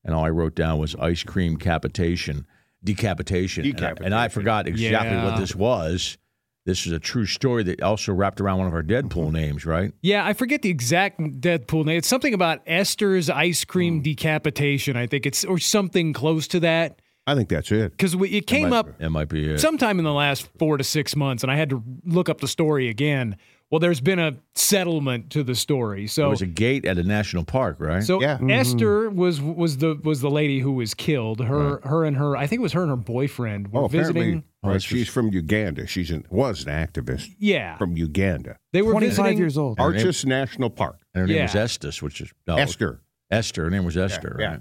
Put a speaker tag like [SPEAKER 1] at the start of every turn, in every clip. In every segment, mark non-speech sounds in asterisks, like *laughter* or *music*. [SPEAKER 1] And all I wrote down was ice cream capitation, decapitation, And I- And, I,
[SPEAKER 2] Decapitation.
[SPEAKER 1] forgot exactly what
[SPEAKER 2] Yeah.
[SPEAKER 1] this was. This is a true story that also wrapped around one of our
[SPEAKER 2] Mm-hmm.
[SPEAKER 1] Deadpool names, right?
[SPEAKER 2] Yeah, I forget the exact Deadpool name. It's something about Esther's ice
[SPEAKER 1] Hmm.
[SPEAKER 2] cream decapitation. I think it's or something close to that
[SPEAKER 3] I think that's it.
[SPEAKER 2] because it came up
[SPEAKER 1] That might be it.
[SPEAKER 2] sometime in the last four to six months, and I had to look up the story again. Well, there's been a settlement to the story,
[SPEAKER 1] It
[SPEAKER 2] so
[SPEAKER 1] was a gate at a national park, right?
[SPEAKER 2] so
[SPEAKER 3] Yeah. Mhm.
[SPEAKER 2] Esther was was the was the lady who was killed. Her her and her I think it was her and her boyfriend were
[SPEAKER 3] Oh,
[SPEAKER 2] visiting.
[SPEAKER 3] apparently, right, she's from Uganda. She's an, was an activist
[SPEAKER 2] Yeah,
[SPEAKER 3] from Uganda.
[SPEAKER 2] they were
[SPEAKER 4] 25
[SPEAKER 2] visiting.
[SPEAKER 4] years old.
[SPEAKER 1] Her name- Oh,
[SPEAKER 3] Arches National Park.
[SPEAKER 1] and her name
[SPEAKER 2] yeah.
[SPEAKER 1] was Estes, which is no,
[SPEAKER 3] Esther.
[SPEAKER 1] Esther. Her name was Esther.
[SPEAKER 3] yeah.
[SPEAKER 1] Right?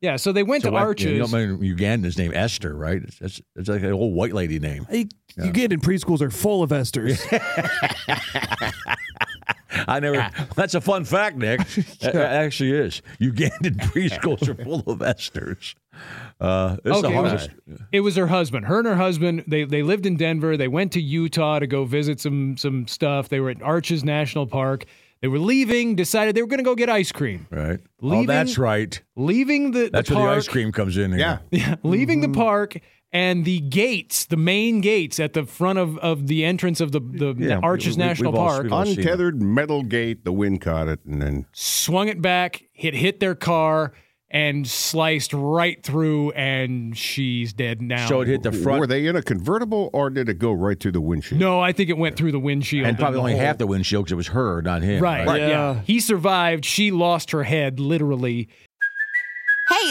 [SPEAKER 2] Yeah, so they went
[SPEAKER 1] So
[SPEAKER 2] to
[SPEAKER 1] I-
[SPEAKER 2] Arches.
[SPEAKER 1] You don't mean Uganda's name Esther, right? It's, it's, it's like an old white lady name.
[SPEAKER 4] You get in preschools are full of esters.
[SPEAKER 1] I never.
[SPEAKER 2] Ah.
[SPEAKER 1] *laughs* That's a fun fact,
[SPEAKER 2] *laughs*
[SPEAKER 1] Nick. It actually is. Ugandan *laughs* preschools are full of esters. Uh, it's the
[SPEAKER 2] Okay,
[SPEAKER 1] hardest.
[SPEAKER 2] It was her husband. Her and her husband, they they lived in Denver. They went to Utah to go visit some some stuff. They were at Arches National Park. They were leaving, decided they were going to go get ice cream.
[SPEAKER 1] Right. oh,
[SPEAKER 2] Leaving-
[SPEAKER 1] that's right.
[SPEAKER 2] Leaving the, the
[SPEAKER 1] That's
[SPEAKER 2] park,
[SPEAKER 1] where the ice cream Mm-hmm. comes in. Here.
[SPEAKER 3] Yeah.
[SPEAKER 2] *laughs* leaving the park and the gates, the main gates at the front of, of the entrance of the, the
[SPEAKER 1] Yeah,
[SPEAKER 2] Arches
[SPEAKER 1] we- we-
[SPEAKER 2] National
[SPEAKER 1] we've all-
[SPEAKER 2] Park,
[SPEAKER 1] we've all- I've seen
[SPEAKER 3] Untethered metal gate. The wind caught it, and then
[SPEAKER 2] swung it back, hit hit their car, and sliced right through, and she's dead now.
[SPEAKER 1] So it hit the
[SPEAKER 3] were
[SPEAKER 1] front,
[SPEAKER 3] they in a convertible or did it go right through the windshield?
[SPEAKER 2] no, I think it went through the windshield.
[SPEAKER 1] and probably
[SPEAKER 2] the
[SPEAKER 1] only
[SPEAKER 2] whole-
[SPEAKER 1] half the windshield because it was her, not him.
[SPEAKER 2] Right.
[SPEAKER 4] Right.
[SPEAKER 2] Yeah.
[SPEAKER 4] Yeah.
[SPEAKER 2] He survived. She lost her head, literally.
[SPEAKER 5] Hey,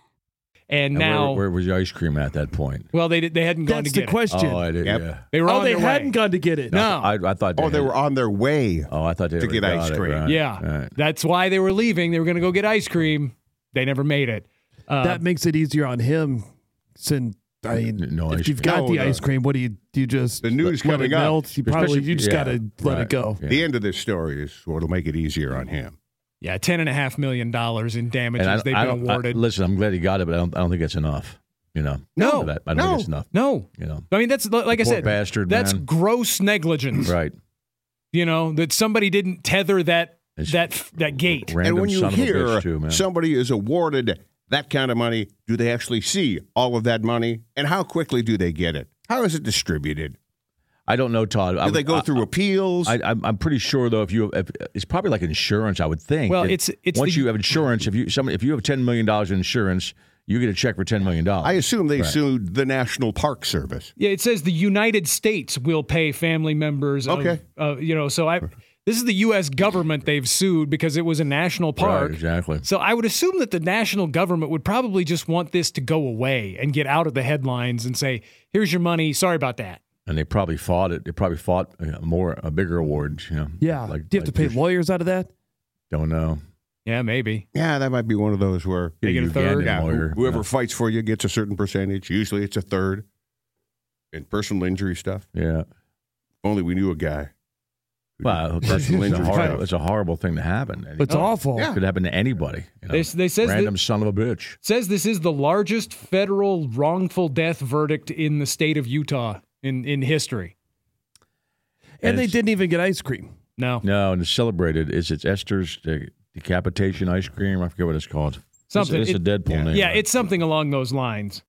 [SPEAKER 1] And
[SPEAKER 2] And now,
[SPEAKER 1] where, where was the ice cream at that point?
[SPEAKER 2] well, they did- they hadn't gone
[SPEAKER 4] That's
[SPEAKER 2] to
[SPEAKER 4] the
[SPEAKER 2] get
[SPEAKER 4] question.
[SPEAKER 1] Oh, I did.
[SPEAKER 3] Yep.
[SPEAKER 1] Yeah.
[SPEAKER 2] it. They were
[SPEAKER 4] oh,
[SPEAKER 2] on
[SPEAKER 4] they
[SPEAKER 2] their
[SPEAKER 4] hadn't
[SPEAKER 2] way.
[SPEAKER 4] gone to get it.
[SPEAKER 2] No.
[SPEAKER 1] I, I thought. They
[SPEAKER 3] Oh, they
[SPEAKER 1] had-
[SPEAKER 3] were on their way.
[SPEAKER 1] Oh, I thought they
[SPEAKER 3] to
[SPEAKER 1] were
[SPEAKER 3] get
[SPEAKER 1] got
[SPEAKER 3] ice
[SPEAKER 1] it,
[SPEAKER 3] cream.
[SPEAKER 1] right,
[SPEAKER 2] Yeah,
[SPEAKER 1] right.
[SPEAKER 2] that's why they were leaving. They were going to go get ice cream. They never made it. Uh,
[SPEAKER 4] that makes it easier on him. Since I mean,
[SPEAKER 1] No ice
[SPEAKER 4] if you've
[SPEAKER 3] cream.
[SPEAKER 4] got the
[SPEAKER 3] No, no.
[SPEAKER 4] ice cream, what do you do? You just
[SPEAKER 3] The news
[SPEAKER 4] let it
[SPEAKER 3] coming up.
[SPEAKER 4] melt? You probably
[SPEAKER 1] Especially-
[SPEAKER 4] you just
[SPEAKER 1] yeah,
[SPEAKER 4] got to let
[SPEAKER 1] right.
[SPEAKER 4] it go.
[SPEAKER 1] Yeah.
[SPEAKER 3] The end of this story is what'll make it easier on him.
[SPEAKER 2] yeah, ten and a half million dollars in damages
[SPEAKER 1] And I,
[SPEAKER 2] they've
[SPEAKER 1] I
[SPEAKER 2] been
[SPEAKER 1] don't, I-
[SPEAKER 2] awarded.
[SPEAKER 1] listen, I'm glad he got it, but I don't, I don't think that's enough. You know.
[SPEAKER 2] No.
[SPEAKER 1] For that. I don't
[SPEAKER 3] No.
[SPEAKER 1] think it's enough.
[SPEAKER 2] no,
[SPEAKER 1] You know.
[SPEAKER 2] I mean that's li- like I
[SPEAKER 1] Poor
[SPEAKER 2] said,
[SPEAKER 1] bastard,
[SPEAKER 2] that's
[SPEAKER 1] man.
[SPEAKER 2] gross negligence.
[SPEAKER 1] Right.
[SPEAKER 2] You know that somebody didn't tether that
[SPEAKER 1] It's
[SPEAKER 2] that f- that gate.
[SPEAKER 1] Random
[SPEAKER 3] and when you
[SPEAKER 1] son of a
[SPEAKER 3] hear
[SPEAKER 1] bitch too, man.
[SPEAKER 3] somebody is awarded that kind of money, do they actually see all of that money? And how quickly do they get it? How is it distributed?
[SPEAKER 1] I don't know, Todd.
[SPEAKER 3] Do
[SPEAKER 1] I would-
[SPEAKER 3] they go
[SPEAKER 1] I-
[SPEAKER 3] through appeals?
[SPEAKER 1] I, I'm, I'm pretty sure though, if you if, it's probably like insurance, I would think.
[SPEAKER 2] Well,
[SPEAKER 1] If-
[SPEAKER 2] it's- it's
[SPEAKER 1] once
[SPEAKER 2] the-
[SPEAKER 1] you have insurance, if you somebody, if you have ten million dollars in insurance, you get a check for ten million dollars.
[SPEAKER 3] I assume they sued the National Park Service.
[SPEAKER 2] Yeah, it says the United States will pay family members. of-
[SPEAKER 3] Okay.
[SPEAKER 2] Of, you know, so I this is the U.S. government they've sued because it was a national park.
[SPEAKER 1] exactly.
[SPEAKER 2] So I would assume that the national government would probably just want this to go away and get out of the headlines and say, "Here's your money. Sorry about that."
[SPEAKER 1] and they probably fought it. They probably fought you know, more a bigger award. You know,
[SPEAKER 4] Yeah.
[SPEAKER 1] Like,
[SPEAKER 4] do you have
[SPEAKER 1] like
[SPEAKER 4] to pay
[SPEAKER 1] just
[SPEAKER 4] lawyers out of that?
[SPEAKER 1] Don't know.
[SPEAKER 2] Yeah, maybe.
[SPEAKER 3] Yeah, that might be one of those where
[SPEAKER 2] They get a
[SPEAKER 1] Ugandan
[SPEAKER 2] third?
[SPEAKER 3] yeah, who-
[SPEAKER 1] lawyer.
[SPEAKER 3] whoever
[SPEAKER 1] Yeah.
[SPEAKER 3] fights for you gets a certain percentage. Usually it's a third. And personal injury stuff.
[SPEAKER 1] Yeah.
[SPEAKER 3] Only we knew a guy
[SPEAKER 1] Well, that's,
[SPEAKER 3] Personal
[SPEAKER 1] it's, a
[SPEAKER 3] injury
[SPEAKER 1] horrible,
[SPEAKER 3] stuff.
[SPEAKER 1] it's a horrible thing to happen. It
[SPEAKER 4] It's awful.
[SPEAKER 1] could happen to anybody. You know?
[SPEAKER 2] They s- they says that-
[SPEAKER 1] random son of a bitch.
[SPEAKER 2] says this is the largest federal wrongful death verdict in the state of Utah in, in history.
[SPEAKER 4] And they
[SPEAKER 1] It's-
[SPEAKER 4] didn't even get ice cream.
[SPEAKER 2] No,
[SPEAKER 1] No, and it's celebrated. Is it's Esther's de- decapitation ice cream? I forget what it's called. It's-
[SPEAKER 2] Something.
[SPEAKER 1] It's,
[SPEAKER 2] It-
[SPEAKER 1] a Deadpool name.
[SPEAKER 2] yeah, it's something along those lines.